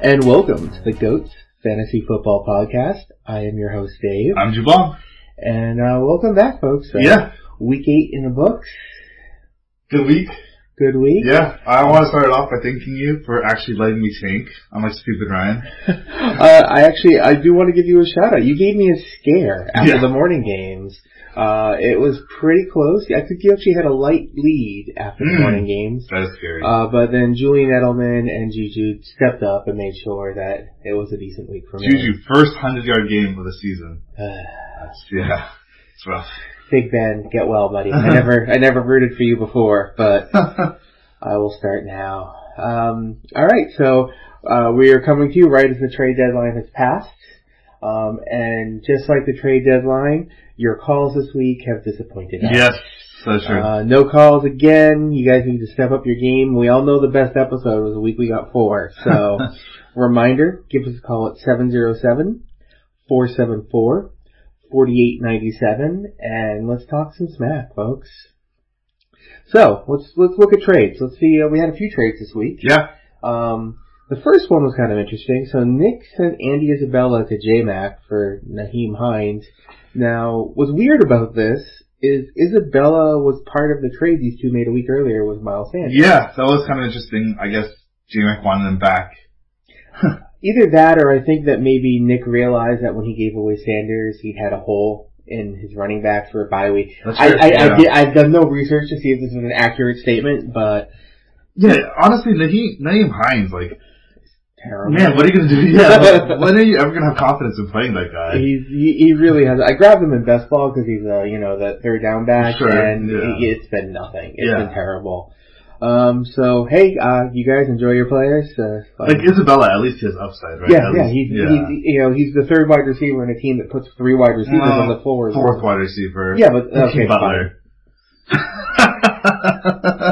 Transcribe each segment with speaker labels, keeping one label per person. Speaker 1: And welcome to the GOATS Fantasy Football Podcast. I am your host, Dave.
Speaker 2: I'm Jabal.
Speaker 1: And uh, welcome back, folks. Uh,
Speaker 2: Yeah.
Speaker 1: Week 8 in the books.
Speaker 2: Good week.
Speaker 1: Good week.
Speaker 2: Yeah. I want to start off by thanking you for actually letting me tank. Unlike stupid Ryan.
Speaker 1: Uh, I actually, I do want to give you a shout out. You gave me a scare after
Speaker 2: Yeah.
Speaker 1: the morning games. Uh, it was pretty close. I think you actually had a light lead after the
Speaker 2: Mm.
Speaker 1: morning games.
Speaker 2: That is scary.
Speaker 1: Uh, but then Julian Edelman and Juju stepped up and made sure that it was a decent week for me.
Speaker 2: Juju, first 100 yard game of the season.
Speaker 1: Uh,
Speaker 2: That's, yeah. It's rough.
Speaker 1: Big Ben, get well, buddy. I
Speaker 2: Uh-huh.
Speaker 1: never, I never rooted for you before, but I will start now. Um, all right, so uh, we are coming to you right as the trade deadline has passed, um, and just like the trade deadline, your calls this week have disappointed us.
Speaker 2: yes. So true.
Speaker 1: Uh, no calls again. You guys need to step up your game. We all know the best episode was the week we got four. So, reminder, give us a call at 707-474-4897 and let's talk some smack, folks. So, let's, let's look at trades. Let's see, uh, we had a few trades this week.
Speaker 2: yeah.
Speaker 1: Um, the first one was kind of interesting. So Nick sent Andy Isabella to JMac for Naheem Hines. Now, what's weird about this is Isabella was part of the trade these two made a week earlier with Miles Sanders.
Speaker 2: Yeah. That was kind of interesting. I guess J-Mac wanted him back.
Speaker 1: Either that, or I think that maybe Nick realized that when he gave away Sanders, he had a hole in his running backs for a bye week.
Speaker 2: That's
Speaker 1: I,
Speaker 2: fair,
Speaker 1: I,
Speaker 2: yeah.
Speaker 1: I did, I've done no research to see if this is an accurate statement, but
Speaker 2: Yeah. Honestly, Naheem, Naheem Hines, like,
Speaker 1: terrible.
Speaker 2: man, what are you going to do? Yeah. like, when are you ever going to have confidence in playing that guy?
Speaker 1: He's, he, he really has. I grabbed him in best ball because he's a you know the third down back,
Speaker 2: Sure,
Speaker 1: and
Speaker 2: yeah.
Speaker 1: he, it's been nothing. It's
Speaker 2: Yeah.
Speaker 1: been terrible. Um. So hey, uh, you guys enjoy your players. Uh,
Speaker 2: like, Isabella, at least he has upside, right?
Speaker 1: yeah,
Speaker 2: At
Speaker 1: yeah.
Speaker 2: least-
Speaker 1: He's, he's you know he's the third wide receiver in a team that puts three wide receivers
Speaker 2: No,
Speaker 1: on the floor.
Speaker 2: fourth wide receiver.
Speaker 1: Yeah, but okay,
Speaker 2: Keith Butler.
Speaker 1: fine.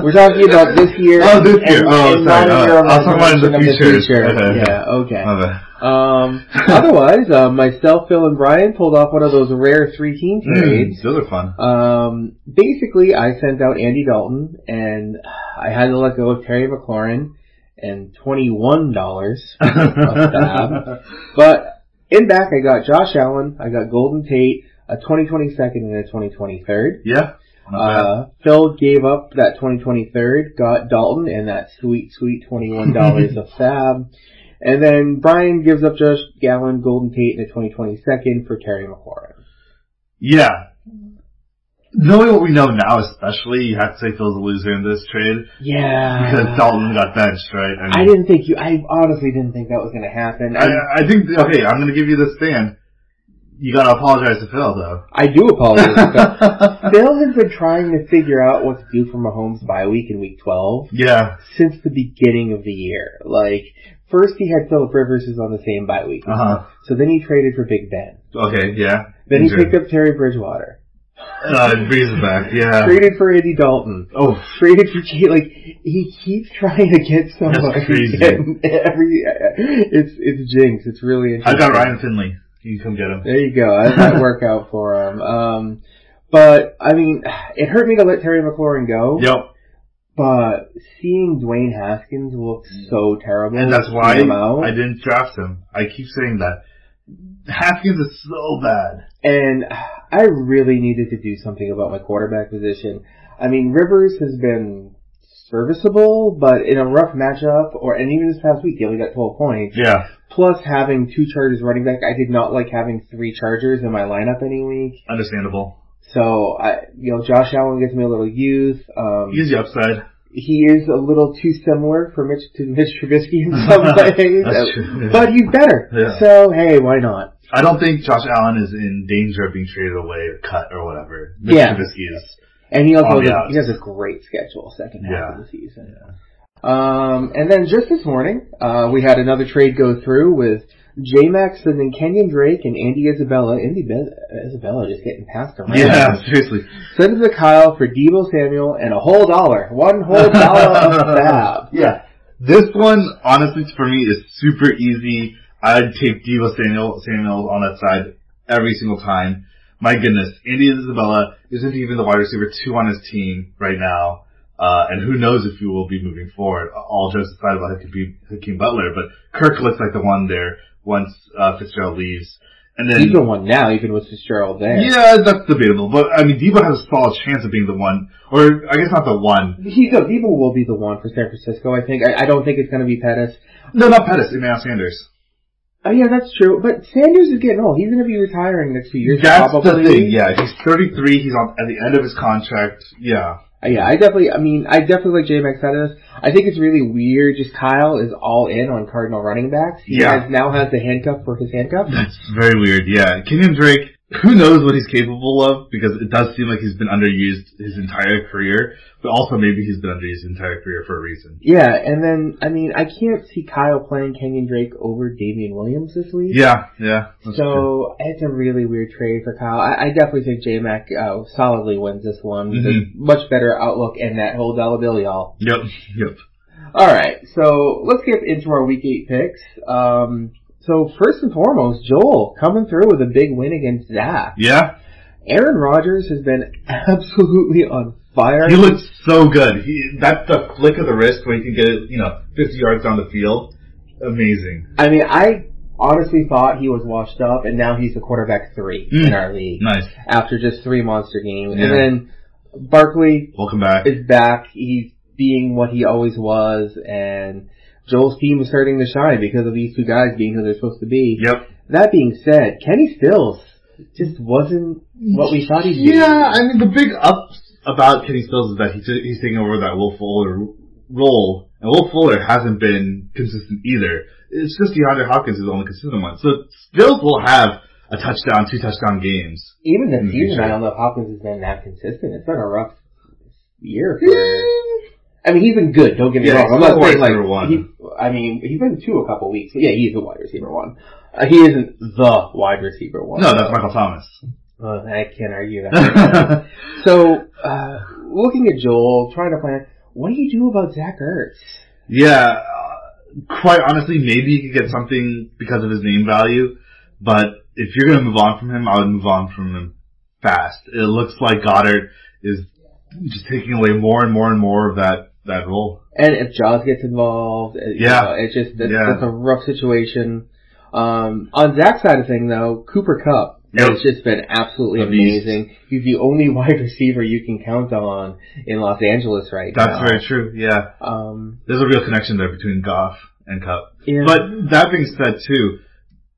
Speaker 1: We're talking about this year.
Speaker 2: Oh, this year.
Speaker 1: and-
Speaker 2: Oh,
Speaker 1: and
Speaker 2: sorry.
Speaker 1: monitoring
Speaker 2: Uh, I was talking about in the
Speaker 1: of
Speaker 2: future. Uh. Okay.
Speaker 1: Yeah. Okay.
Speaker 2: My bad.
Speaker 1: Um. otherwise, uh, myself, Phil, and Brian pulled off one of those rare three-team trades.
Speaker 2: Mm, those are fun.
Speaker 1: Um, basically, I sent out Andy Dalton, and I had to let go of Terry McLaurin and twenty-one dollars. stab. But in back, I got Josh Allen, I got Golden Tate, a 2022nd and a 2023rd.
Speaker 2: yeah. Not
Speaker 1: Uh, Phil gave up that 2023rd, got Dalton and that sweet, sweet $21 of fab. And then Brian gives up Josh Allen, Golden Tate, and a 2022nd for Terry McLaurin.
Speaker 2: yeah. Knowing what we know now, especially, you have to say Phil's a loser in this trade
Speaker 1: Yeah.
Speaker 2: because Dalton got benched, right? mean,
Speaker 1: I didn't think you. I honestly didn't think that was going to happen.
Speaker 2: I,
Speaker 1: I,
Speaker 2: I think okay. I'm gonna give you this stand. You gotta apologize to Phil though.
Speaker 1: I do apologize. Phil. Phil has been trying to figure out what to do for Mahomes by week in week twelve
Speaker 2: yeah.
Speaker 1: since the beginning of the year. Like first he had Philip Rivers who's on the same bye week,
Speaker 2: Uh
Speaker 1: so then he traded for Big Ben.
Speaker 2: huh. Okay. Yeah.
Speaker 1: Then he
Speaker 2: Injured.
Speaker 1: picked up Terry Bridgewater,
Speaker 2: Uh, brings it back. Yeah.
Speaker 1: traded for Andy Dalton,
Speaker 2: Oh,
Speaker 1: traded for Jay. Like he keeps trying to get so
Speaker 2: That's
Speaker 1: much.
Speaker 2: crazy.
Speaker 1: Every it's it's jinx. It's really
Speaker 2: I
Speaker 1: interesting.
Speaker 2: got Ryan Finley. You can come get him.
Speaker 1: There you go. That might work out for him. Um, but I mean, it hurt me to let Terry McLaurin go.
Speaker 2: Yep.
Speaker 1: But seeing Dwayne Haskins look so terrible,
Speaker 2: And that's why
Speaker 1: him out,
Speaker 2: I didn't draft him. I keep saying that. Haskins is so bad.
Speaker 1: and I really needed to do something about my quarterback position. I mean, Rivers has been serviceable, but in a rough matchup, or and even this past week, he only got twelve points.
Speaker 2: Yeah.
Speaker 1: Plus, having two Chargers running back, I did not like having three Chargers in my lineup any week.
Speaker 2: Understandable.
Speaker 1: So I, you know, Josh Allen gives me a little youth. Um,
Speaker 2: He's the upside.
Speaker 1: he is a little too similar for Mitch to Mitch Trubisky in some ways,
Speaker 2: That's
Speaker 1: uh,
Speaker 2: true.
Speaker 1: but he's better.
Speaker 2: Yeah.
Speaker 1: So hey, why not?
Speaker 2: I don't think Josh Allen is in danger of being traded away or cut or whatever. Mitch
Speaker 1: Yeah.
Speaker 2: Trubisky is.
Speaker 1: And he also
Speaker 2: On
Speaker 1: has,
Speaker 2: the
Speaker 1: a-
Speaker 2: outs.
Speaker 1: he has a great schedule second half
Speaker 2: Oh, Yeah.
Speaker 1: of the season. Um, and then just this morning, uh, we had another trade go through with J Max and then Kenyon Drake and Andy Isabella. Andy Be- Isabella just getting passed around.
Speaker 2: Yeah, seriously.
Speaker 1: Send him to Kyle for Debo Samuel and a whole dollar. One whole dollar of fab.
Speaker 2: Yeah. This one, honestly, for me, is super easy. I'd take Divo Samuel, Samuel on that side every single time. My goodness, Andy Isabella isn't even the wide receiver two on his team right now. Uh, and who knows if you will be moving forward. All jokes aside about it could be Hakeem Butler, but Kirk looks like the one there once uh, Fitzgerald leaves. And then
Speaker 1: He's the one now, even with Fitzgerald there.
Speaker 2: yeah, that's debatable. But I mean, Debo has a solid chance of being the one, or I guess not the one.
Speaker 1: He's a, Debo will be the one for San Francisco, I think. I, I don't think it's going to be Pettis.
Speaker 2: No, not Pettis. Emmanuel Sanders.
Speaker 1: Oh yeah, that's true. But Sanders is getting old. He's going to be retiring in the next few years.
Speaker 2: That's
Speaker 1: probably.
Speaker 2: the thing. Yeah, he's 33. He's on at the end of his contract. Yeah,
Speaker 1: Uh, Yeah, I definitely. I mean, I definitely like J Max out of this. I think it's really weird. Just Kyle is all in on Cardinal running backs. He
Speaker 2: Yeah.
Speaker 1: has, now has the handcuff for his handcuff.
Speaker 2: that's very weird. Yeah, Kenyon Drake. Who knows what he's capable of? Because it does seem like he's been underused his entire career, but also maybe he's been underused his entire career for a reason.
Speaker 1: Yeah, and then I mean, I can't see Kyle playing Kenyon Drake over Damian Williams this week.
Speaker 2: Yeah, yeah. that's true.
Speaker 1: So it's a really weird trade for Kyle. I, I definitely think J Mac uh, solidly wins this one. with
Speaker 2: Mm-hmm.
Speaker 1: a Much better outlook and that whole dollar bill, y'all.
Speaker 2: Yep, yep.
Speaker 1: All right, so let's get into our week eight picks. Um, so first and foremost, Joel coming through with a big win against Zach.
Speaker 2: Yeah,
Speaker 1: Aaron Rodgers has been absolutely on fire.
Speaker 2: he looks so good. He, that's the flick of the wrist where he can get it, you know, 50 yards down the field. Amazing.
Speaker 1: I mean, I honestly thought he was washed up, and now he's the quarterback three in
Speaker 2: Mm.
Speaker 1: our league
Speaker 2: Nice.
Speaker 1: after just three monster games.
Speaker 2: Yeah.
Speaker 1: And then Barkley
Speaker 2: Welcome back.
Speaker 1: is back. He's being what he always was, and Joel's team is starting to shine because of these two guys being who they're supposed to be.
Speaker 2: Yep.
Speaker 1: That being said, Kenny Stills just wasn't what we thought he'd be.
Speaker 2: Yeah, I mean the big up about Kenny Stills is that he's he's taking over that Will Fuller role, and Will Fuller hasn't been consistent either. It's just DeAndre Hopkins is the only consistent one. So Stills will have a touchdown, two touchdown games.
Speaker 1: Even
Speaker 2: Mm,
Speaker 1: this season,
Speaker 2: sure.
Speaker 1: I don't know if Hopkins has been that consistent. It's been a rough year. For, I mean, he's been good. Don't get me
Speaker 2: Yeah,
Speaker 1: wrong. I'm
Speaker 2: he's
Speaker 1: not
Speaker 2: the
Speaker 1: saying
Speaker 2: wide receiver
Speaker 1: like
Speaker 2: one.
Speaker 1: he. I mean, he's been two a couple weeks. Yeah, he's the wide receiver one. Uh, he isn't the wide receiver one.
Speaker 2: No, that's Michael Thomas.
Speaker 1: Uh, I can't argue that. so, uh, looking at Joel, trying to plan, what do you do about Zach Ertz?
Speaker 2: yeah, uh, quite honestly, maybe you could get something because of his name value, but if you're gonna move on from him, I would move on from him fast. It looks like Goddard is just taking away more and more and more of that that role.
Speaker 1: And if Jaws gets involved, uh, you
Speaker 2: Yeah.
Speaker 1: know, it's just that's,
Speaker 2: Yeah.
Speaker 1: that's a rough situation. Um, on Zach's side of things, though, Cooper Cup
Speaker 2: Yep.
Speaker 1: has just been absolutely
Speaker 2: A beast.
Speaker 1: amazing. He's the only wide receiver you can count on in Los Angeles right
Speaker 2: That's
Speaker 1: now.
Speaker 2: very true. Yeah,
Speaker 1: Um,
Speaker 2: there's a real connection there between Goff and Cup.
Speaker 1: yeah.
Speaker 2: But that being said, too,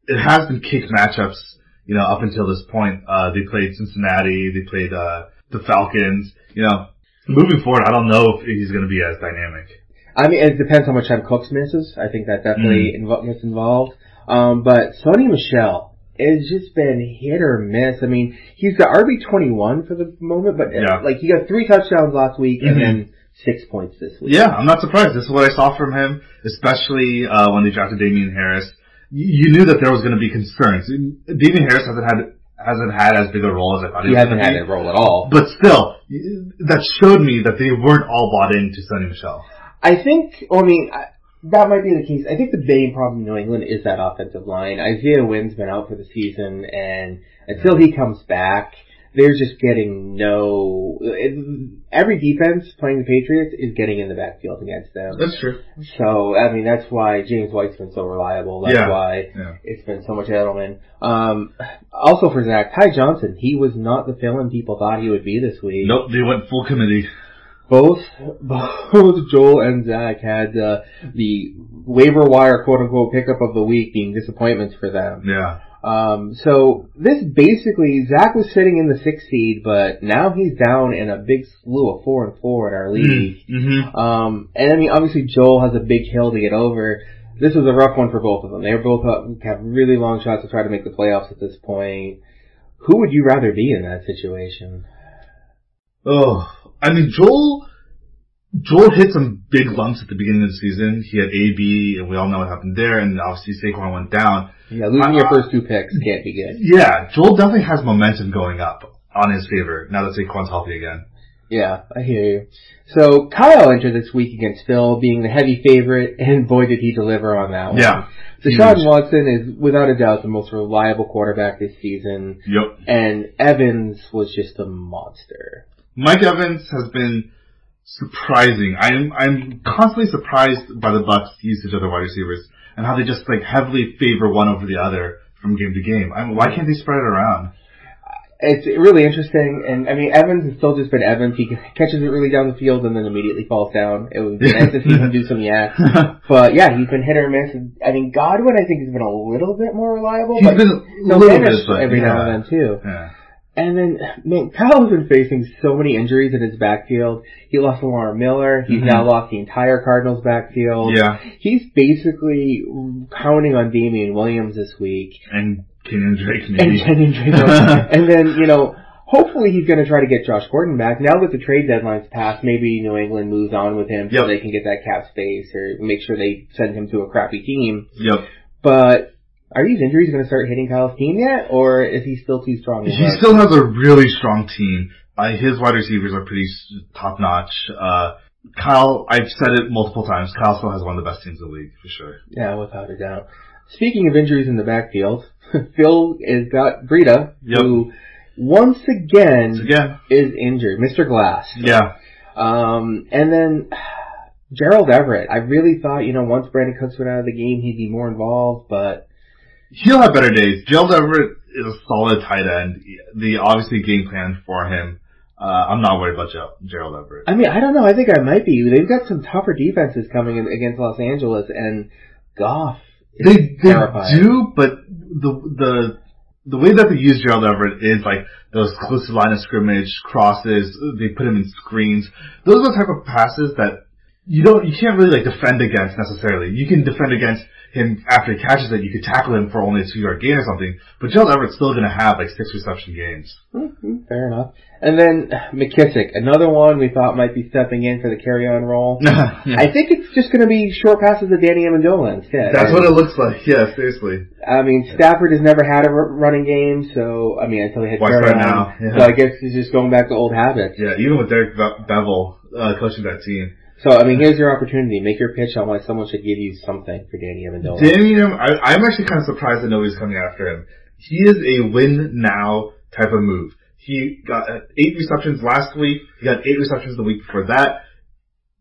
Speaker 2: it has been kick matchups. You know, up until this point, uh, they played Cincinnati, they played uh, the Falcons. You know, moving forward, I don't know if he's going to be as dynamic.
Speaker 1: I mean, it depends how much time Cooks misses. I think that definitely invo- gets involved. Um, but Sonny Michelle has just been hit or miss. I mean, he's the RB twenty one for the moment, but uh,
Speaker 2: Yeah.
Speaker 1: like he got three touchdowns last week
Speaker 2: Mhm.
Speaker 1: and then six points this week.
Speaker 2: Yeah, I'm not surprised. This is what I saw from him, especially uh, when they drafted Damian Harris. You you knew that there was going to be concerns. Damian Harris hasn't had hasn't had as big a role as I thought he,
Speaker 1: he
Speaker 2: was
Speaker 1: hasn't
Speaker 2: gonna
Speaker 1: had
Speaker 2: be.
Speaker 1: a role at all.
Speaker 2: But still, that showed me that they weren't all bought into Sonny Michelle.
Speaker 1: I think. Well, I mean, I, that might be the case. I think the main problem in New England is that offensive line. Isaiah Wynn's been out for the season, and until he comes back, they're just getting no. it- every defense playing the Patriots is getting in the backfield against them.
Speaker 2: That's true.
Speaker 1: So I mean, that's why James White's been so reliable. That's
Speaker 2: Yeah.
Speaker 1: why
Speaker 2: Yeah.
Speaker 1: it's been so much Edelman. Um, also for Zach, Ty Johnson, he was not the villain people thought he would be this week
Speaker 2: Nope, they went full committee.
Speaker 1: both both Joel and Zach had uh, the waiver wire quote unquote pickup of the week being disappointments for them.
Speaker 2: Yeah.
Speaker 1: Um, so this basically Zach was sitting in the sixth seed, but now he's down in a big slew of four and four in our league.
Speaker 2: Mm-hmm.
Speaker 1: Um, and I mean, obviously Joel has a big hill to get over. This was a rough one for both of them. They were both up, have really long shots to try to make the playoffs at this point. Who would you rather be in that situation?
Speaker 2: Oh, I mean, Joel, Joel hit some big lumps at the beginning of the season. He had AB, and we all know what happened there, and obviously Saquon went down.
Speaker 1: Yeah, losing
Speaker 2: Uh,
Speaker 1: your first two picks can't be good.
Speaker 2: Yeah, Joel definitely has momentum going up on his favor now that Saquon's healthy again.
Speaker 1: Yeah, I hear you. So Kyle entered this week against Phil, being the heavy favorite, and boy did he deliver on that one.
Speaker 2: Yeah.
Speaker 1: Deshaun Watson is without a doubt the most reliable quarterback this season,
Speaker 2: Yep.
Speaker 1: and Evans was just a monster.
Speaker 2: Mike Evans has been surprising. I'm I'm constantly surprised by the Bucks' usage of their wide receivers and how they just like heavily favor one over the other from game to game. I mean, why can't they spread it around?
Speaker 1: It's really interesting, and I mean Evans has still just been Evans. He catches it really down the field and then immediately falls down. It was nice to see him do some yak, but yeah, he's been hit or miss. And, I mean Godwin, I think has been a little bit more reliable,
Speaker 2: He's
Speaker 1: but
Speaker 2: been a
Speaker 1: still
Speaker 2: little
Speaker 1: managed
Speaker 2: bit, but
Speaker 1: every
Speaker 2: yeah.
Speaker 1: now and then too.
Speaker 2: Yeah.
Speaker 1: And then, man, Kyle's been facing so many injuries in his backfield. He lost Lamar Miller. He's
Speaker 2: Mhm.
Speaker 1: now lost the entire Cardinals backfield.
Speaker 2: Yeah.
Speaker 1: He's basically counting on Damian Williams this week.
Speaker 2: And Kenyon Drake
Speaker 1: And
Speaker 2: maybe.
Speaker 1: then, and then, you know, hopefully he's going to try to get Josh Gordon back. Now that the trade deadline's passed, maybe New England moves on with him
Speaker 2: Yep.
Speaker 1: so they can get that cap space or make sure they send him to a crappy team.
Speaker 2: yep.
Speaker 1: But are these injuries going to start hitting Kyle's team yet, or is he still too strong? to
Speaker 2: He
Speaker 1: run?
Speaker 2: still has a really strong team. Uh, his wide receivers are pretty top notch. Uh, Kyle, I've said it multiple times. Kyle still has one of the best teams in the league for sure.
Speaker 1: Yeah, without a doubt. Speaking of injuries in the backfield, Phil has got Breida,
Speaker 2: Yep.
Speaker 1: who once
Speaker 2: So
Speaker 1: again
Speaker 2: again,
Speaker 1: is injured. Mr. Glass.
Speaker 2: yeah,
Speaker 1: Um, and then Gerald Everett. I really thought, you know, once Brandon Cooks went out of the game, he'd be more involved, but
Speaker 2: he'll have better days. Gerald Everett is a solid tight end. They obviously game plan for him. Uh, I'm not worried about Gerald, Gerald Everett.
Speaker 1: I mean, I don't know. I think I might be. They've got some tougher defenses coming in against Los Angeles, and Goff. is
Speaker 2: They, they
Speaker 1: terrifying.
Speaker 2: do, but the the the way that they use Gerald Everett is like those close to line of scrimmage crosses. They put him in screens. Those are the type of passes that you don't you can't really like defend against necessarily. You can defend against him after he catches it. You could tackle him for only a two yard gain or something. But Gerald Everett's still going to have like six reception games.
Speaker 1: Mhm, Fair enough. And then McKissick, another one we thought might be stepping in for the carry-on role. I think it's just going to be short passes to Danny Amendola instead.
Speaker 2: That's what it looks like. Yeah, seriously.
Speaker 1: I mean, Stafford has never had a r- running game, so I mean, until he had
Speaker 2: Why
Speaker 1: Brown.
Speaker 2: start now? Yeah.
Speaker 1: So I guess he's just going back to old habits.
Speaker 2: Yeah, even with Derek Be- Bevel uh, coaching that team.
Speaker 1: So I mean, here's your opportunity: make your pitch on why someone should give you something for Danny Amendola.
Speaker 2: Danny, I, I'm actually kind of surprised that nobody's coming after him. He is a win now type of move. He got uh, eight receptions last week. He got eight receptions the week before that.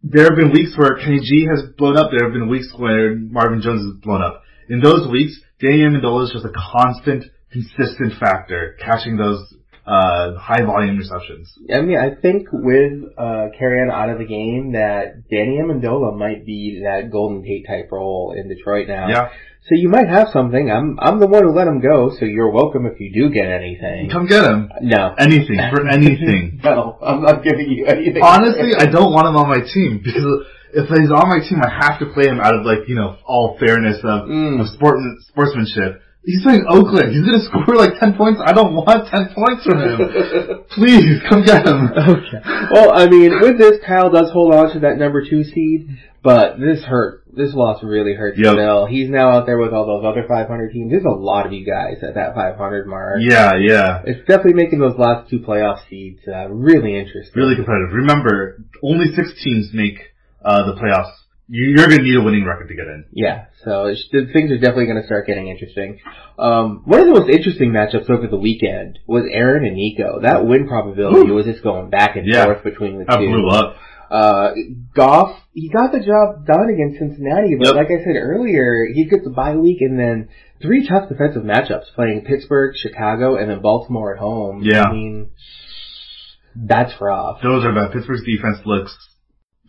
Speaker 2: There have been weeks where Kenny G has blown up. There have been weeks where Marvin Jones has blown up. In those weeks, Danny Amendola is just a constant, consistent factor, catching those uh, high volume receptions.
Speaker 1: I mean, I think with uh, Carrion out of the game, that Danny Amendola might be that Golden Tate type role in Detroit now.
Speaker 2: Yeah,
Speaker 1: So you might have something. I'm I'm the one who let him go, so you're welcome if you do get anything.
Speaker 2: come get him.
Speaker 1: No.
Speaker 2: Anything for anything.
Speaker 1: No, I'm not giving you anything.
Speaker 2: Honestly, I don't want him on my team because if he's on my team, I have to play him out of like you know all fairness of,
Speaker 1: Mm.
Speaker 2: of sportman, sportsmanship. He's playing Oakland. He's gonna score like ten points. I don't want ten points from him. Please come get him.
Speaker 1: Okay. Well, I mean, with this, Kyle does hold on to that number two seed, but this hurt. This loss really hurts
Speaker 2: Yep.
Speaker 1: Bill. He's now out there with all those other 500 teams. There's a lot of you guys at that 500 mark.
Speaker 2: Yeah, yeah.
Speaker 1: It's definitely making those last two playoff seeds uh, really interesting.
Speaker 2: Really competitive. Remember, only six teams make uh, the playoffs. You, you're gonna need a winning record to get in.
Speaker 1: Yeah, so it's, the things are definitely going to start getting interesting. Um, one of the most interesting matchups over the weekend was Aaron and Nico. That win probability
Speaker 2: Woo.
Speaker 1: was just going back and
Speaker 2: Yeah.
Speaker 1: forth between the
Speaker 2: I
Speaker 1: two.
Speaker 2: blew up.
Speaker 1: Uh, Goff, he got the job done against Cincinnati, but
Speaker 2: Yep.
Speaker 1: like I said earlier, he gets the bye week and then three tough defensive matchups playing Pittsburgh, Chicago, and then Baltimore at home.
Speaker 2: Yeah.
Speaker 1: I mean, that's rough.
Speaker 2: Those are bad. Pittsburgh's defense looks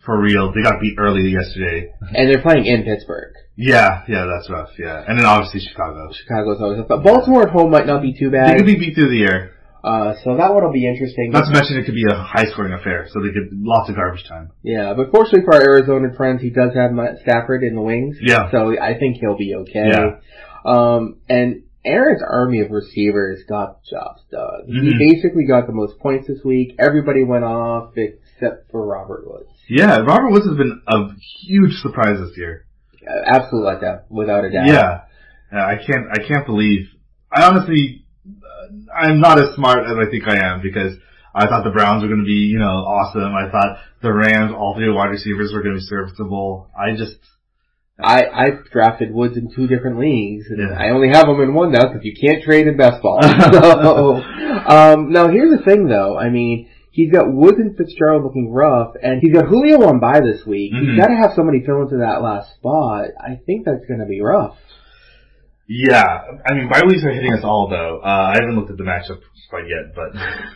Speaker 2: for real. They got beat early yesterday.
Speaker 1: And they're playing in Pittsburgh.
Speaker 2: Yeah, yeah, that's rough. Yeah, and then obviously Chicago.
Speaker 1: Chicago's always up, but Baltimore at home might not be too
Speaker 2: They
Speaker 1: bad.
Speaker 2: could be beat through the air.
Speaker 1: Uh, so that one will be interesting.
Speaker 2: Not to mention it could be a high scoring affair, so they could lots of garbage time.
Speaker 1: yeah, but fortunately for our Arizona friends, he does have Matt Stafford in the wings.
Speaker 2: Yeah.
Speaker 1: So I think he'll be okay.
Speaker 2: Yeah.
Speaker 1: Um, and Aaron's army of receivers got jobs done.
Speaker 2: Mhm.
Speaker 1: He basically got the most points this week. Everybody went off except for Robert Woods.
Speaker 2: Yeah, Robert Woods has been a huge surprise this year.
Speaker 1: Uh, Absolute letdown, without a doubt.
Speaker 2: Yeah. Yeah, I can't I can't believe I honestly uh, I'm not as smart as I think I am because I thought the Browns were going to be, you know, awesome. I thought the Rams, all three wide receivers were going to be serviceable. I just
Speaker 1: I, I drafted Woods in two different leagues, and
Speaker 2: Yeah.
Speaker 1: I only have him in one now because you can't trade in best ball. so, um, now here's the thing though. I mean, He's got Woods and Fitzgerald looking rough, and he's got Julio on by this week.
Speaker 2: Mhm.
Speaker 1: He's got to have somebody fill into that last spot. I think that's going to be rough.
Speaker 2: Yeah, I mean, bye weeks are hitting us all though. Uh, I haven't looked at the matchup quite yet, but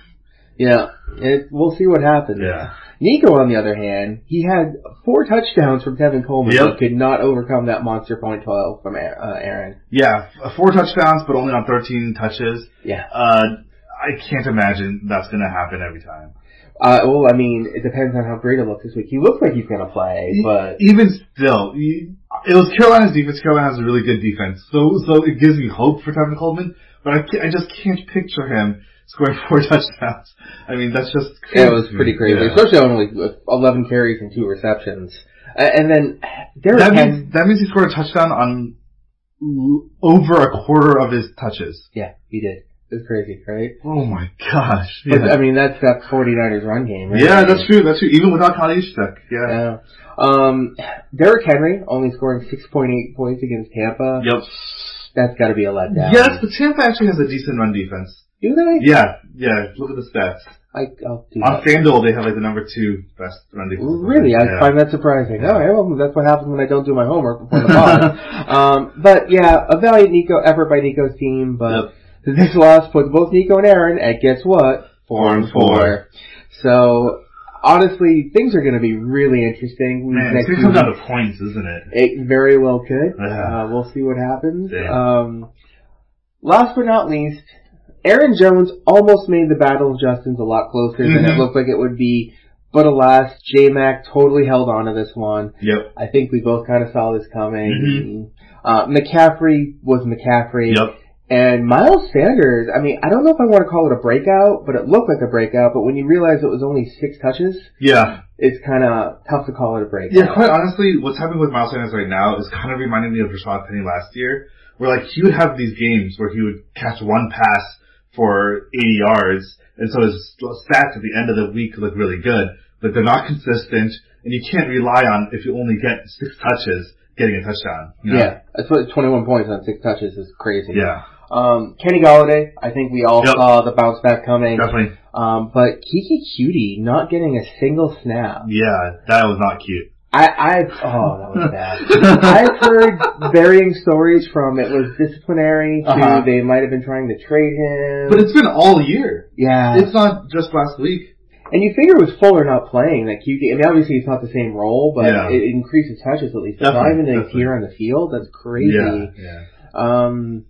Speaker 1: Yeah, it, we'll see what happens.
Speaker 2: yeah,
Speaker 1: Nico, on the other hand, he had four touchdowns from Tevin Coleman,
Speaker 2: Yep.
Speaker 1: but could not overcome that monster point twelve from Aa- uh, Aaron.
Speaker 2: yeah, f- four touchdowns, but only on thirteen touches.
Speaker 1: Yeah.
Speaker 2: Uh, I can't imagine that's gonna happen every time.
Speaker 1: Uh, well, I mean, it depends on how Breida looks this week. He looks like he's going to play, but
Speaker 2: Even still, you- it was Carolina's defense. Carolina has a really good defense, so so it gives me hope for Tevin Coleman. But I, ca- I just can't picture him scoring four touchdowns. I mean, that's just crazy.
Speaker 1: it was pretty crazy,
Speaker 2: Yeah.
Speaker 1: especially only with eleven carries and two receptions. Uh, and then Derrick
Speaker 2: That
Speaker 1: Henry.
Speaker 2: means that means he scored a touchdown on l- over a quarter of his touches.
Speaker 1: Yeah, he did. It's crazy, right?
Speaker 2: Oh my gosh!
Speaker 1: But, I
Speaker 2: Yeah,
Speaker 1: mean, that's that 49ers run game, right?
Speaker 2: yeah that's true. That's true. Even without Kyle Juszczyk,
Speaker 1: Yeah.
Speaker 2: yeah.
Speaker 1: Um, Derrick Henry only scoring 6.8 points against Tampa.
Speaker 2: Yep.
Speaker 1: That's got to be a letdown.
Speaker 2: Yes, but Tampa actually has a decent run defense.
Speaker 1: Do they? oh,
Speaker 2: Yeah, yeah. Look at the stats.
Speaker 1: I, I'll do
Speaker 2: On
Speaker 1: that.
Speaker 2: FanDuel, they have like the number two best run defense.
Speaker 1: Really, I
Speaker 2: yeah.
Speaker 1: find that surprising.
Speaker 2: Yeah.
Speaker 1: All right, well, that's what happens when I don't do my homework before the pod. um, but yeah, a valiant Nico effort by Nico's team, but this loss puts both Nico and Aaron at guess what?
Speaker 2: Four and
Speaker 1: So honestly, things are going to be really interesting.
Speaker 2: Man,
Speaker 1: next
Speaker 2: it's
Speaker 1: few
Speaker 2: gonna come down to points, isn't it?
Speaker 1: It very well could.
Speaker 2: Yeah.
Speaker 1: Uh, we'll see what happens.
Speaker 2: Damn.
Speaker 1: Um, last but not least, Aaron Jones almost made the Battle of Justins a lot closer than
Speaker 2: Mhm.
Speaker 1: it looked like it would be. But alas, J-Mac totally held on to this one.
Speaker 2: Yep.
Speaker 1: I think we both kind of saw this coming. Uh, McCaffrey was McCaffrey.
Speaker 2: Mm-hmm. Yep.
Speaker 1: And Miles Sanders, I mean, I don't know if I want to call it a breakout, but it looked like a breakout. But when you realize it was only six touches,
Speaker 2: Yeah.
Speaker 1: it's kind of tough to call it a breakout.
Speaker 2: Yeah. Quite honestly, what's happening with Miles Sanders right now is kind of reminding me of Rashad Penny last year, where like he would have these games where he would catch one pass for 80 yards, and so his stats at the end of the week look really good, but they're not consistent, and you can't rely on if you only get six touches getting a touchdown. you know?
Speaker 1: Yeah, that's what 21 points on six touches is crazy.
Speaker 2: Yeah.
Speaker 1: Um, Kenny Galladay, I think we all
Speaker 2: Yep.
Speaker 1: saw the bounce back coming.
Speaker 2: Definitely.
Speaker 1: Um, but Kiki Cutie not getting a single snap.
Speaker 2: Yeah. That was not cute.
Speaker 1: I, I, oh, that was bad. I've heard varying stories from it was disciplinary to
Speaker 2: Uh-huh.
Speaker 1: they might have been trying to trade him.
Speaker 2: but it's been all year.
Speaker 1: yeah.
Speaker 2: It's not just last week.
Speaker 1: and you figure with Fuller not playing, that Cutie, I mean, obviously it's not the same role, but
Speaker 2: Yeah.
Speaker 1: it increases touches at least. It's not
Speaker 2: Definitely,
Speaker 1: even a
Speaker 2: definitely.
Speaker 1: here on the field. That's crazy.
Speaker 2: yeah.
Speaker 1: Um,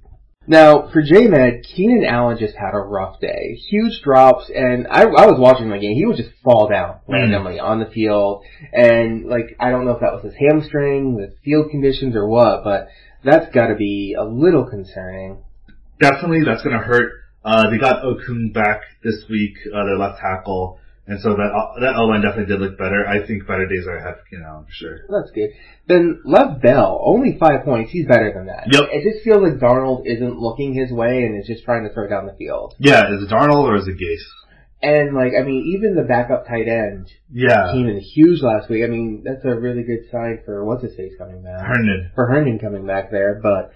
Speaker 1: now for J-Med, Keenan Allen just had a rough day. Huge drops, and I, I was watching the game. He would just fall down randomly on the field, and like I don't know if that was his hamstring, the field conditions, or what, but that's got to be a little concerning.
Speaker 2: Definitely, that's gonna hurt. Uh, they got Okun back this week, uh, their left tackle, and so that uh, that O line definitely did look better. I think better days are ahead for Keenan Allen for sure.
Speaker 1: That's good. Then Lev Bell, only five points. He's better than that.
Speaker 2: Yep.
Speaker 1: It just feels like Darnold isn't looking his way and is just trying to throw down the field.
Speaker 2: Yeah, is it Darnold or is it Gase?
Speaker 1: And like, I mean, even the backup tight end
Speaker 2: Yeah,
Speaker 1: came in huge last week. I mean, that's a really good sign for what's his face coming back.
Speaker 2: Herndon.
Speaker 1: For Herndon coming back there, but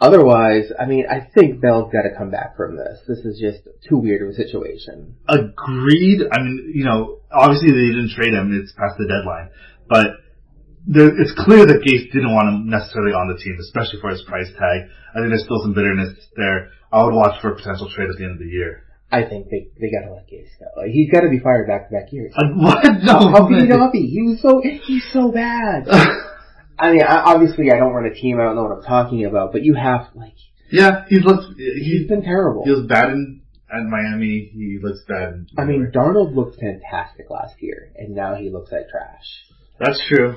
Speaker 1: otherwise, I mean, I think Bell's got to come back from this. This is just too weird of a situation.
Speaker 2: Agreed. I mean, you know, obviously they didn't trade him. It's past the deadline, but there, it's clear that Gase didn't want him necessarily on the team, especially for his price tag. I think there's still some bitterness there. I would watch for a potential trade at the end of the year.
Speaker 1: I think they they got to let Gase go. Like, he's got to be fired back to back years.
Speaker 2: Uh, what? No.
Speaker 1: How could he
Speaker 2: way.
Speaker 1: not be? He was so he's so bad. I mean, I, obviously, I don't run a team. I don't know what I'm talking about, but you have like
Speaker 2: yeah, he looks.
Speaker 1: he's
Speaker 2: He,
Speaker 1: been terrible.
Speaker 2: he was bad in at Miami. He looks bad. In
Speaker 1: I mean, Darnold looked fantastic last year, and now he looks like trash.
Speaker 2: that's true.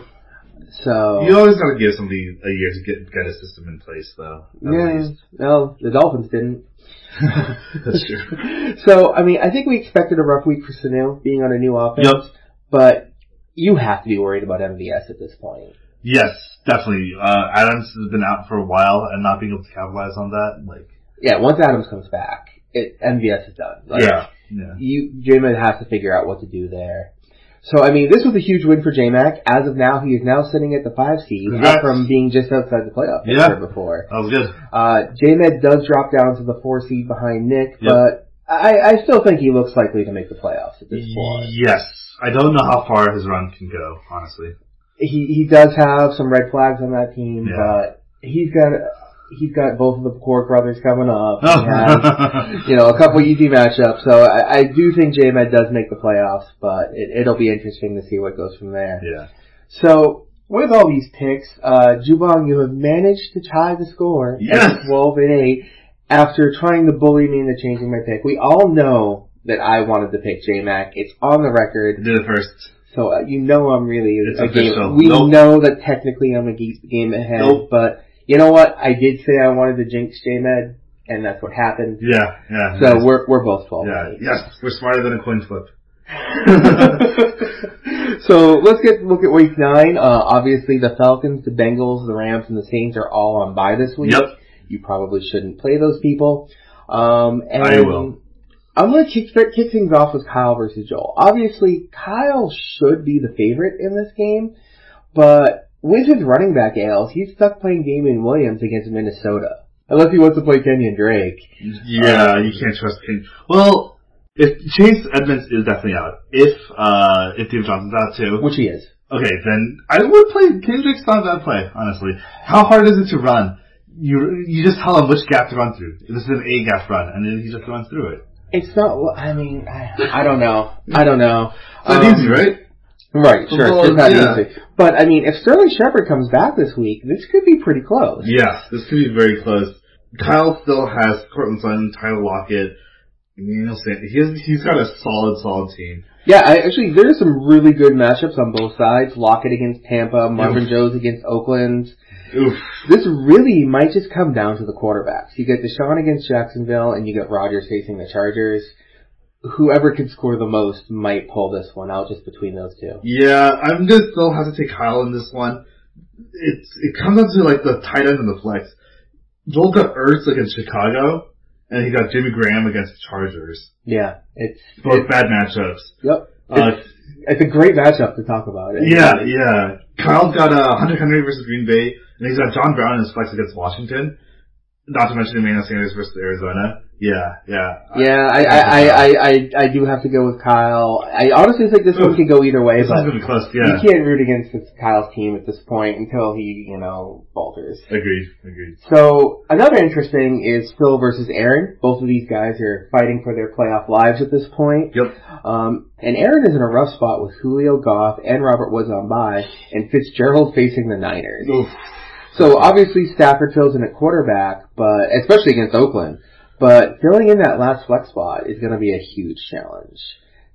Speaker 1: So
Speaker 2: You always gotta give somebody a year to get get a system in place, though. at
Speaker 1: Yeah,
Speaker 2: least.
Speaker 1: well, the Dolphins didn't.
Speaker 2: that's true.
Speaker 1: So, I mean, I think we expected a rough week for Sanu being on a new offense,
Speaker 2: Yep.
Speaker 1: but you have to be worried about MVS at this point.
Speaker 2: Yes, definitely. Uh, Adams has been out for a while and not being able to capitalize on that. Like,
Speaker 1: Yeah, once Adams comes back, it, MVS is done. Like,
Speaker 2: yeah, yeah.
Speaker 1: You, J-Mac has to figure out what to do there. So, I mean, this was a huge win for J-Mac. As of now, he is now sitting at the five seed,
Speaker 2: Congrats.
Speaker 1: up from being just outside the playoff
Speaker 2: Yeah.
Speaker 1: picture before.
Speaker 2: That was good.
Speaker 1: Uh, J-Med does drop down to the four seed behind Nick,
Speaker 2: Yep.
Speaker 1: but I, I still think he looks likely to make the playoffs at this point.
Speaker 2: Yes. I don't know how far his run can go, honestly.
Speaker 1: He he does have some red flags on that team,
Speaker 2: Yeah.
Speaker 1: but he's got he's got both of the Cork brothers coming up.
Speaker 2: Oh.
Speaker 1: He has, you know, a couple easy matchups. So I, I do think J Med does make the playoffs, but it, it'll be interesting to see what goes from there.
Speaker 2: yeah.
Speaker 1: So with all these picks, uh, Jubong, you have managed to tie the score
Speaker 2: Yes.
Speaker 1: at 12 and 8 after trying to bully me into changing my pick. We all know that I wanted to pick J-Mac. It's on the record.
Speaker 2: Did it first.
Speaker 1: So uh, you know I'm really
Speaker 2: It's
Speaker 1: a
Speaker 2: official.
Speaker 1: game. We
Speaker 2: Nope.
Speaker 1: know that technically I'm a ge- game ahead,
Speaker 2: Nope.
Speaker 1: but you know what? I did say I wanted to jinx J-Med, and that's what happened.
Speaker 2: Yeah, yeah.
Speaker 1: So
Speaker 2: nice.
Speaker 1: we're, we're both 12 and
Speaker 2: yeah,
Speaker 1: eight.
Speaker 2: yes, we're smarter than a coin flip.
Speaker 1: so let's get look at week nine. Uh, obviously, the Falcons, the Bengals, the Rams, and the Saints are all on bye this week.
Speaker 2: Yep.
Speaker 1: You probably shouldn't play those people. Um, and
Speaker 2: I will.
Speaker 1: I'm going to kick, start, kick things off with Kyle versus Joel. Obviously, Kyle should be the favorite in this game, but with his running back ails, he's stuck playing Damian Williams against Minnesota. Unless he wants to play Kenyon Drake.
Speaker 2: Yeah, Uh, you can't trust King. Well, if Chase Edmonds is definitely out, if uh if Steve Johnson's out too,
Speaker 1: Which he is.
Speaker 2: okay, then I would play Kendrick's not a bad play, honestly. How hard is it to run? You you just tell him which gap to run through. This is an A gap run, and then he just runs through it.
Speaker 1: It's not, I mean, I, I don't know. I don't know.
Speaker 2: So it's
Speaker 1: Um,
Speaker 2: easy, right?
Speaker 1: Right, sure.
Speaker 2: Well,
Speaker 1: it's not
Speaker 2: yeah.
Speaker 1: easy. But I mean, if Sterling Shepard comes back this week, this could be pretty close.
Speaker 2: Yeah, this could be very close. Kyle still has Cortland Sutton, Tyler Lockett, Emmanuel Sanders. He's he's got a solid, solid team.
Speaker 1: Yeah, I actually there's some really good matchups on both sides. Lockett against Tampa, Marvin Jones against Oakland.
Speaker 2: Oof.
Speaker 1: This really might just come down to the quarterbacks. You get Deshaun against Jacksonville and you get Rodgers facing the Chargers. Whoever can score the most might pull this one out just between those two.
Speaker 2: Yeah, I'm gonna still have to take Kyle in this one. It's it comes down to like the tight end and the flex. Joel got Ertz against Chicago, and he got Jimmy Graham against the Chargers.
Speaker 1: Yeah, it's
Speaker 2: Both
Speaker 1: it's,
Speaker 2: bad matchups.
Speaker 1: yep.
Speaker 2: Uh,
Speaker 1: it's a great matchup to talk about.
Speaker 2: yeah, yeah. Kyle's got uh, Hunter Henry versus Green Bay, and he's got John Brown in his flex against Washington. Not to mention Emmanuel Sanders versus Arizona. Yeah, yeah.
Speaker 1: Yeah, I, I, I, I, I, I do have to go with Kyle. I honestly think this one could go either way,
Speaker 2: This is
Speaker 1: but
Speaker 2: gonna be close.
Speaker 1: you
Speaker 2: Yeah,
Speaker 1: can't root against this Kyle's team at this point until he, you know, falters.
Speaker 2: agreed, agreed.
Speaker 1: So another interesting is Phil versus Aaron. Both of these guys are fighting for their playoff lives at this point.
Speaker 2: Yep.
Speaker 1: Um, and Aaron is in a rough spot with Julio Goff and Robert Woods on bye, and Fitzgerald facing the Niners.
Speaker 2: Oof.
Speaker 1: So obviously Stafford fills in at quarterback, but especially against Oakland. But filling in that last flex spot is going to be a huge challenge.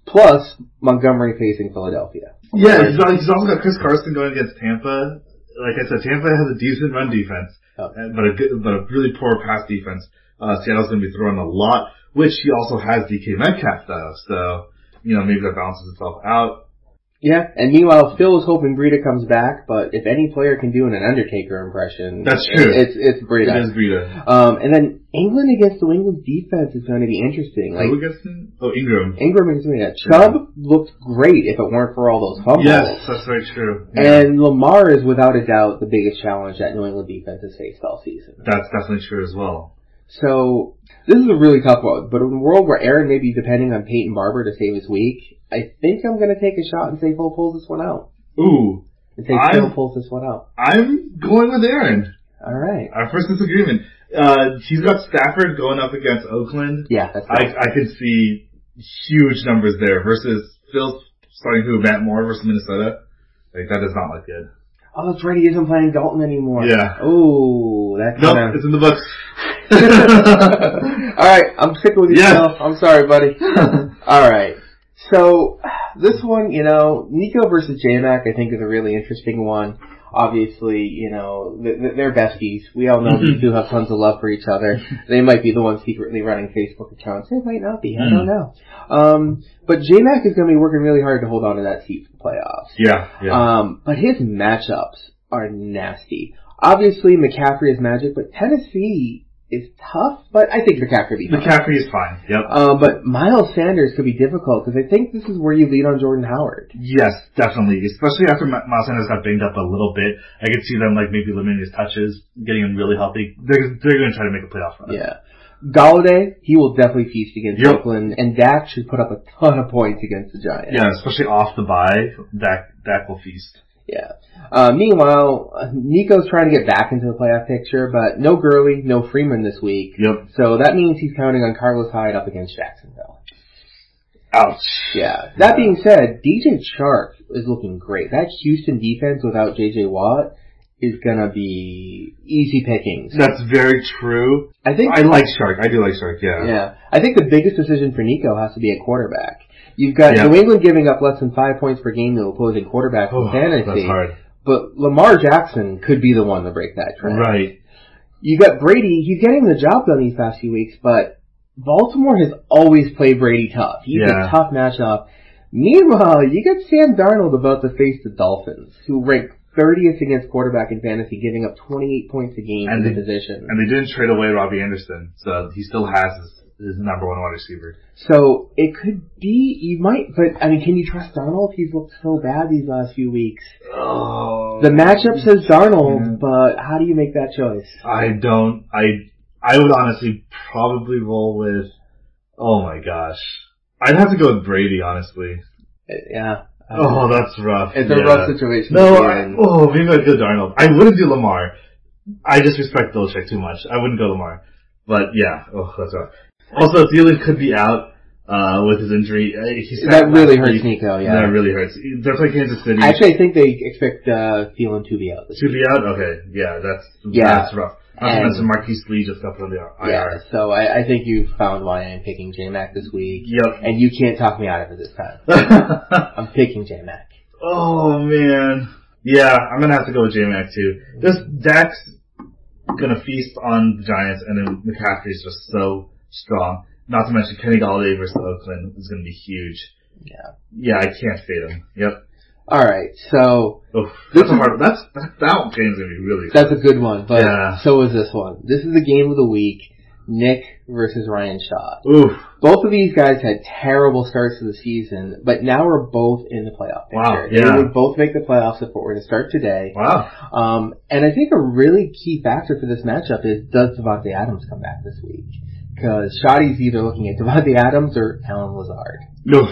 Speaker 1: Plus Montgomery facing Philadelphia.
Speaker 2: Yeah, he's, al- he's also got Chris Carson going against Tampa. Like I said, Tampa has a decent run defense,
Speaker 1: Oh.
Speaker 2: uh, but a good, but a really poor pass defense. Uh, Seattle's going to be throwing a lot, which he also has DK Metcalf though, so you know maybe that balances itself out.
Speaker 1: Yeah, and meanwhile Phil is hoping Breida comes back, but if any player can do an Undertaker impression,
Speaker 2: That's true.
Speaker 1: It's it's Breida.
Speaker 2: It is Breida.
Speaker 1: Um, and then England against the England defense is going to be interesting.
Speaker 2: Who
Speaker 1: Like
Speaker 2: against him? Oh, Ingram.
Speaker 1: Ingram against that. Chubb looked great if it weren't for all those fumbles.
Speaker 2: Yes, that's very true. Yeah.
Speaker 1: And Lamar is without a doubt the biggest challenge that New England defense has faced all season.
Speaker 2: that's definitely true as well.
Speaker 1: So this is a really tough one. But in a world where Aaron may be depending on Peyton Barber to save his week, I think I'm going to take a shot and say Phil pulls this one out.
Speaker 2: Ooh,
Speaker 1: And say
Speaker 2: I'm-
Speaker 1: Phil pulls this one out.
Speaker 2: I'm going with Aaron.
Speaker 1: All right.
Speaker 2: Our first disagreement. Uh, he's got Stafford going up against Oakland.
Speaker 1: Yeah, that's
Speaker 2: I,
Speaker 1: it.
Speaker 2: I could see huge numbers there versus Phil starting who Matt Moore versus Minnesota. Like that does not look good.
Speaker 1: Oh, that's right. He isn't playing Dalton anymore.
Speaker 2: Yeah.
Speaker 1: Oh, that's
Speaker 2: No,
Speaker 1: kinda-
Speaker 2: it's in the books.
Speaker 1: All right, I'm sticking with you.
Speaker 2: Yeah.
Speaker 1: Phil. I'm sorry, buddy. All right. So this one, you know, Nico versus J-Mac, I think is a really interesting one. Obviously, you know, th- th- they're besties. We all know these two have tons of love for each other. They might be the ones secretly running Facebook accounts. They might not be. I don't know. Um, but J-Mac is going to be working really hard to hold on to that seat for the playoffs.
Speaker 2: yeah, yeah.
Speaker 1: Um, but his matchups are nasty. Obviously, McCaffrey is magic, but Tennessee is tough. But I think McCaffrey will be fine.
Speaker 2: McCaffrey is fine. Yep.
Speaker 1: Uh, but Miles Sanders could be difficult because I think this is where you lead on Jordan Howard.
Speaker 2: Yes, definitely. Especially after Ma- Miles Sanders got banged up a little bit, I could see them like maybe limiting his touches, getting him really healthy. They're, they're going to try to make a playoff run.
Speaker 1: Yeah. Galladay, he will definitely feast against
Speaker 2: Yep.
Speaker 1: Oakland, and Dak should put up a ton of points against the Giants.
Speaker 2: Yeah, especially off the bye, Dak Dak will feast.
Speaker 1: Yeah. Uh, meanwhile, uh, Nico's trying to get back into the playoff picture, but no Gurley, no Freeman this week.
Speaker 2: Yep.
Speaker 1: So that means he's counting on Carlos Hyde up against Jacksonville.
Speaker 2: Ouch.
Speaker 1: Yeah. That being said, DJ Chark is looking great. That Houston defense without JJ Watt is gonna be easy pickings.
Speaker 2: That's very true.
Speaker 1: I think
Speaker 2: I like Shark. I do like Shark. Yeah.
Speaker 1: Yeah. I think the biggest decision for Nico has to be a quarterback. You've got
Speaker 2: Yeah.
Speaker 1: New England giving up less than five points per game to opposing quarterbacks
Speaker 2: Oh,
Speaker 1: in fantasy.
Speaker 2: that's hard.
Speaker 1: But Lamar Jackson could be the one to break that trend.
Speaker 2: Right.
Speaker 1: You got Brady, he's getting the job done these past few weeks, but Baltimore has always played Brady tough. He's
Speaker 2: Yeah.
Speaker 1: a tough matchup. Meanwhile, you got Sam Darnold about to face the Dolphins, who rank 30th against quarterback in fantasy, giving up 28 points a game
Speaker 2: And
Speaker 1: in
Speaker 2: they-
Speaker 1: the position.
Speaker 2: And they didn't trade away Robbie Anderson, so he still has his, his number one wide receiver.
Speaker 1: So it could be you might, but I mean, can you trust Darnold? He's looked so bad these last few weeks.
Speaker 2: Oh.
Speaker 1: The matchup says Darnold,
Speaker 2: Yeah.
Speaker 1: but how do you make that choice?
Speaker 2: I don't. I I would honestly probably roll with. Oh my gosh. I'd have to go with Brady, honestly.
Speaker 1: Uh, Yeah, I don't know.
Speaker 2: Oh, that's rough.
Speaker 1: it's
Speaker 2: Yeah.
Speaker 1: a rough situation.
Speaker 2: No,
Speaker 1: to be
Speaker 2: I,
Speaker 1: in.
Speaker 2: oh, maybe I'd go Darnold. I wouldn't do Lamar. I just respect Belichick too much. I wouldn't go Lamar. But yeah, oh, that's rough. Also, Thielen could be out uh, with his injury. Uh, He sat
Speaker 1: that really
Speaker 2: last
Speaker 1: hurts
Speaker 2: week.
Speaker 1: Nico. Yeah,
Speaker 2: That really hurts. They're playing Kansas City.
Speaker 1: actually, I think they expect uh, Thielen to be out this
Speaker 2: to be out? Okay, yeah, that's
Speaker 1: Yeah.
Speaker 2: that's rough. Not to
Speaker 1: And-
Speaker 2: mention Marquise Lee just got put on the IR.
Speaker 1: week. Yeah, so I, I think you found why I'm picking J Mac this week,
Speaker 2: Yep.
Speaker 1: and you can't talk me out of it this time. I'm picking J Mac.
Speaker 2: oh man. Yeah, I'm gonna have to go with J-Mac too. This Dak's gonna feast on the Giants, and then McCaffrey's just so strong. Not to mention Kenny Galladay versus Oakland is gonna be huge.
Speaker 1: Yeah.
Speaker 2: Yeah, I can't fade him. Yep.
Speaker 1: All right, so
Speaker 2: Oh,
Speaker 1: This
Speaker 2: that's a
Speaker 1: is-
Speaker 2: hard. That's that, that game's gonna be really.
Speaker 1: That's a good one, but
Speaker 2: Yeah.
Speaker 1: so is this one. This is the game of the week. Nick versus Ryan Shaw.
Speaker 2: Oof.
Speaker 1: Both of these guys had terrible starts to the season, but now we're both in the playoff
Speaker 2: Wow,
Speaker 1: picture.
Speaker 2: yeah.
Speaker 1: They would both make the playoffs if it were to start today.
Speaker 2: Wow.
Speaker 1: Um, and I think a really key factor for this matchup is does Devontae Adams come back this week? Because Shoddy's either looking at Devontae Adams or Alan Lazard.
Speaker 2: No,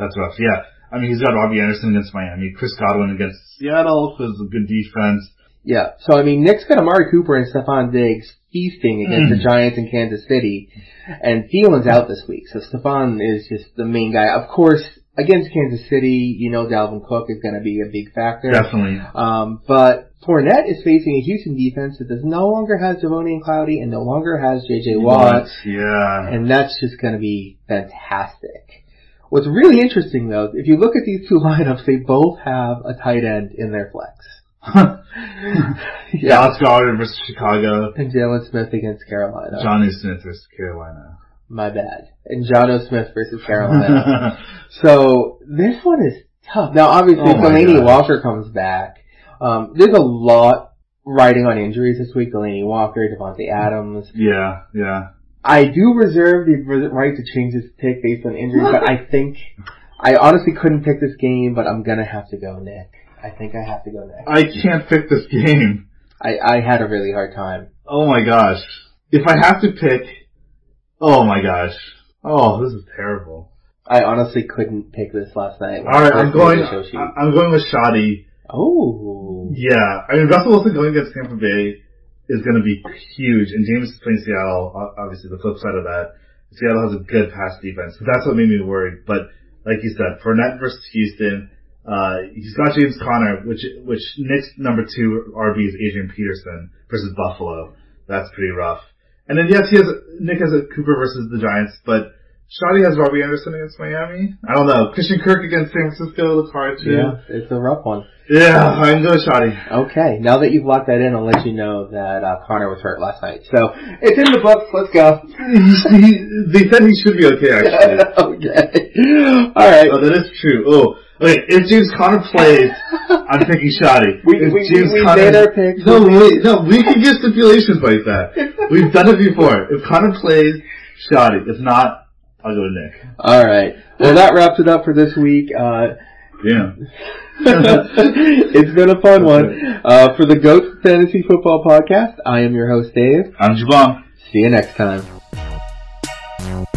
Speaker 2: that's rough. Yeah, I mean he's got Robbie Anderson against Miami, Chris Godwin against Seattle, who's a good defense.
Speaker 1: Yeah. So I mean, Nick's got Amari Cooper and Stephon Diggs feasting against
Speaker 2: Mm.
Speaker 1: the Giants in Kansas City, and Thielen's out this week, so Stephon is just the main guy. Of course, against Kansas City, you know Dalvin Cook is going to be a big factor.
Speaker 2: Definitely.
Speaker 1: Um, but Fournette is facing a Houston defense that does no longer has Devontae and Cloudy and no longer has J.J. Watt,
Speaker 2: Yeah.
Speaker 1: and that's just going to be fantastic. What's really interesting though, if you look at these two lineups, they both have a tight end in their flex.
Speaker 2: yeah. Alex Goddard versus Chicago.
Speaker 1: And Jalen Smith against Carolina.
Speaker 2: Johnny Smith versus Carolina.
Speaker 1: My bad. And Jono Smith versus Carolina. so this one is tough. Now, obviously,
Speaker 2: Oh
Speaker 1: if
Speaker 2: my
Speaker 1: Delaney
Speaker 2: God.
Speaker 1: Walker comes back, um, there's a lot riding on injuries this week. Delaney Walker, Devontae
Speaker 2: Hmm.
Speaker 1: Adams.
Speaker 2: yeah, yeah.
Speaker 1: I do reserve the res- right to change this pick based on injuries, but I think I honestly couldn't pick this game, but I'm gonna have to go Nick. I think I have to go Nick.
Speaker 2: I can't pick this game.
Speaker 1: I, I had a really hard time.
Speaker 2: Oh my gosh. If I have to pick, oh my gosh. Oh, this is terrible.
Speaker 1: I honestly couldn't pick this last night. when
Speaker 2: All right,
Speaker 1: I
Speaker 2: I'm
Speaker 1: first
Speaker 2: going.
Speaker 1: made the show sheet.
Speaker 2: I- I'm going with Shoddy.
Speaker 1: Oh.
Speaker 2: Yeah, I mean Russell Wilson going against Tampa Bay is going to be huge, and James is playing Seattle. o- Obviously, the flip side of that, Seattle has a good pass defense, so that's what made me worried. But like you said, Fournette versus Houston, uh, he's got James Conner, which which Nick's number two RB is Adrian Peterson versus Buffalo. That's pretty rough. And then yes, he has Nick has a Cooper versus the Giants, but. Shoddy has Robbie Anderson against Miami. I don't know. Christian Kirk against San Francisco looks hard too.
Speaker 1: Yeah, it's a rough one.
Speaker 2: yeah I'm going Shoddy.
Speaker 1: Okay, now that you've locked that in, I'll let you know that uh, Connor was hurt last night. So it's in the books. Let's go.
Speaker 2: he, they said he should be okay, actually.
Speaker 1: okay. All right.
Speaker 2: Oh, that is true. Oh, okay. If James Conner plays, I'm taking Shoddy.
Speaker 1: We-
Speaker 2: if
Speaker 1: we- we-
Speaker 2: James
Speaker 1: we
Speaker 2: Conner-
Speaker 1: made our picks.
Speaker 2: No, we, no, we can get stipulations like that. We've done it before. If Connor plays, Shoddy. If not, I'll go to Nick.
Speaker 1: All right. Well, that wraps it up for this week. Uh,
Speaker 2: Damn.
Speaker 1: it's been a fun one. Uh, for the Goats Fantasy Football Podcast, I am your host, Dave.
Speaker 2: I'm Jabon.
Speaker 1: See you next time. Bye.